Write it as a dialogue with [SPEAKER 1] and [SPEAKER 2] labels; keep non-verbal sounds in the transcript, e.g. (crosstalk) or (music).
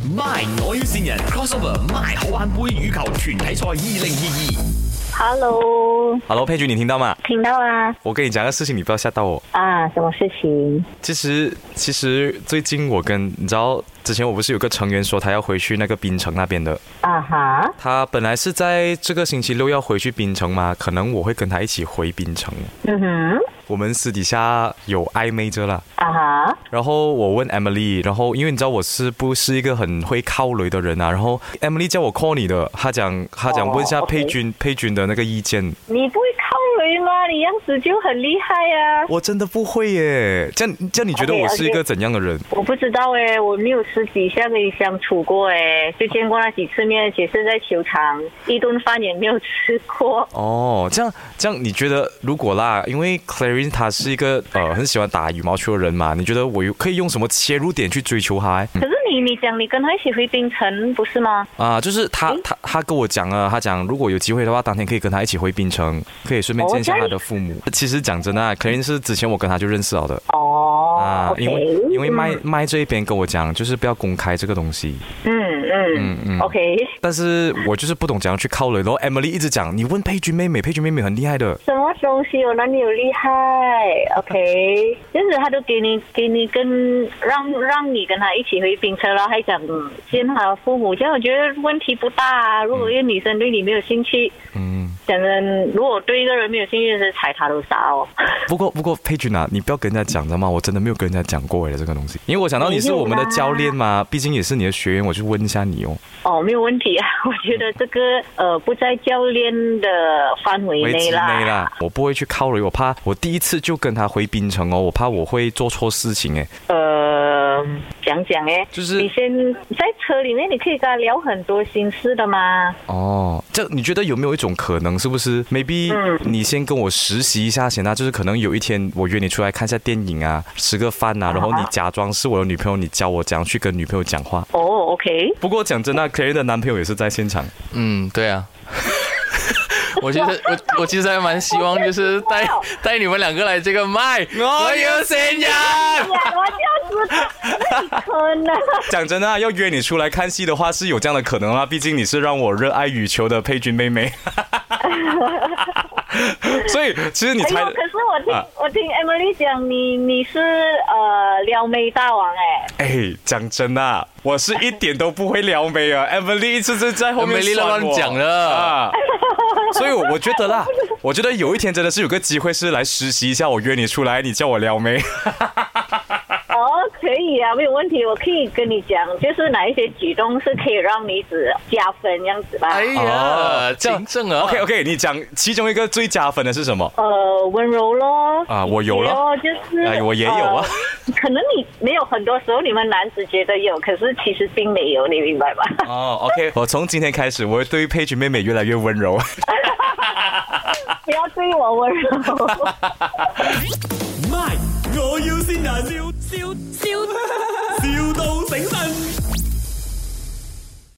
[SPEAKER 1] My 我要线人 crossover My 好玩杯羽球團體賽二零二
[SPEAKER 2] Hello，
[SPEAKER 3] Hello，佩君，你听到吗？
[SPEAKER 2] 听到啊
[SPEAKER 3] 我跟你讲个事情，你不要吓到我。
[SPEAKER 2] 啊，什么事情？
[SPEAKER 3] 其实，其实最近我跟你知道，之前我不是有个成员说他要回去那个槟城那边的，
[SPEAKER 2] 啊哈，
[SPEAKER 3] 他本来是在这个星期六要回去槟城嘛，可能我会跟他一起回槟城。
[SPEAKER 2] 嗯哼，
[SPEAKER 3] 我们私底下有暧昧着啦。
[SPEAKER 2] 啊哈，
[SPEAKER 3] 然后我问 Emily，然后因为你知道我是不是一个很会靠雷的人啊，然后 Emily 叫我 call 你的，她讲她讲
[SPEAKER 2] 哦
[SPEAKER 3] 问一下
[SPEAKER 2] OK
[SPEAKER 3] 佩君、佩君的那个意见，
[SPEAKER 2] 你不会靠雷吗？你样子就很厉害啊！
[SPEAKER 3] 我真的不会耶，这样这样你觉得
[SPEAKER 2] OK，
[SPEAKER 3] 我是一
[SPEAKER 2] OK
[SPEAKER 3] 个怎样的人？
[SPEAKER 2] 我不知道哎、我没有私底下跟你相处过哎、就见过那几次面，而且是在球场，一顿饭也没有吃过。 (laughs)
[SPEAKER 3] 哦，这样这样，你觉得如果啦，因为 Clarine 她是一个呃很喜欢打羽毛球的人嘛，你觉得我有可以用什么切入点去追求她欸？
[SPEAKER 2] 可是你，你讲你跟他一起回冰城不是吗？
[SPEAKER 3] 啊、就是她她她跟我讲了，她讲如果有机会的话，当天可以跟她一起回槟城，可以顺便见一下她的父母。其实讲真的啊，Clarine 是之前我跟她就认识好的。
[SPEAKER 2] 哦、
[SPEAKER 3] 啊
[SPEAKER 2] o，k
[SPEAKER 3] 因为因为麦
[SPEAKER 2] 嗯
[SPEAKER 3] 麦这一边跟我讲，就是不要公开这个东西。
[SPEAKER 2] 嗯嗯
[SPEAKER 3] 嗯嗯
[SPEAKER 2] o k
[SPEAKER 3] 但是我就是不懂怎样去靠人，然后 Emily 一直讲，你问佩君妹妹，佩君妹妹很厉害的。
[SPEAKER 2] 什么东西哦有哪里有厉害？OK，就是
[SPEAKER 3] (laughs)
[SPEAKER 2] 他都给你给你跟让让你跟他一起回冰车了，还讲嗯见他父母，这样我觉得问题不大啊。如果一个女生对你没有兴趣，
[SPEAKER 3] 嗯，
[SPEAKER 2] 讲真，如果对一个人没有兴趣，是踩他都傻哦。
[SPEAKER 3] 不过不过佩君啊，你不要跟人家讲，知道吗？我真的没有跟人家讲过诶，这个东西，因为我想到你是我们的教练嘛，毕竟也是你的学员，我就问一下你哦。
[SPEAKER 2] 哦，没有问题啊， (laughs) 我觉得这个呃不在教练的范围
[SPEAKER 3] 围
[SPEAKER 2] 内
[SPEAKER 3] 棋
[SPEAKER 2] 啦。
[SPEAKER 3] 内啦，我不会去靠人，我怕我第一次就跟他回槟城哦，我怕我会做错事情诶。
[SPEAKER 2] 呃，讲讲哎，
[SPEAKER 3] 就是
[SPEAKER 2] 你先在车里面，你可以跟他聊很多心事的嘛。
[SPEAKER 3] 哦，这你觉得有没有一种可能，是不是？maybe、
[SPEAKER 2] 嗯
[SPEAKER 3] 你先跟我实习一下先啊，就是可能有一天我约你出来看一下电影啊，吃个饭啊，然后你假装是我的女朋友，你教我怎样去跟女朋友讲话。
[SPEAKER 2] 哦，OK、o k
[SPEAKER 3] 不过讲真的 c l a r 的男朋友也是在现场，
[SPEAKER 4] 嗯，对啊。 (laughs) 我其实我我其实还蛮希望就是带带你们两个来这个麦，
[SPEAKER 3] 哦
[SPEAKER 4] 我有谁呀？
[SPEAKER 2] 哎呀，我就知道，那你可能。
[SPEAKER 3] 讲真的啊、要约你出来看戏的话是有这样的可能啊，毕竟你是让我热爱羽球的佩君妹妹。 (laughs) 所以其实你
[SPEAKER 2] 哎
[SPEAKER 3] 猜
[SPEAKER 2] 呦，可是我听、
[SPEAKER 3] 啊
[SPEAKER 2] 我听 Emily 讲，你你是呃撩妹大王哎、
[SPEAKER 3] 哎，讲真啊，我是一点都不会撩妹啊，Emily 一直是在后面
[SPEAKER 4] Emily
[SPEAKER 3] 酸我
[SPEAKER 4] 乱讲的
[SPEAKER 3] 啊，所以我我觉得啦，我觉得有一天真的是有个机会是来实习一下，我约你出来，你叫我撩妹，
[SPEAKER 2] 哦，可以啊，没有问题，我可以跟你讲，就是哪一些举动是可以让女子加分这样子吧。
[SPEAKER 4] 哎呀，真正啊
[SPEAKER 3] OK OK，你讲其中一个最加分的是什么？
[SPEAKER 2] 呃，温柔咯，
[SPEAKER 3] 啊我有咯
[SPEAKER 2] 哦，就是，
[SPEAKER 3] 哎我也有啊
[SPEAKER 2] 呃可能你没有，很多时候你们男子觉得有，可是其实并没有，你明白
[SPEAKER 3] (laughs)
[SPEAKER 2] 吧？
[SPEAKER 3] 哦、o k 我从今天开始，我会对佩君妹妹越来越温柔。
[SPEAKER 2] 不要对我温柔。
[SPEAKER 1] 二。 (laughs)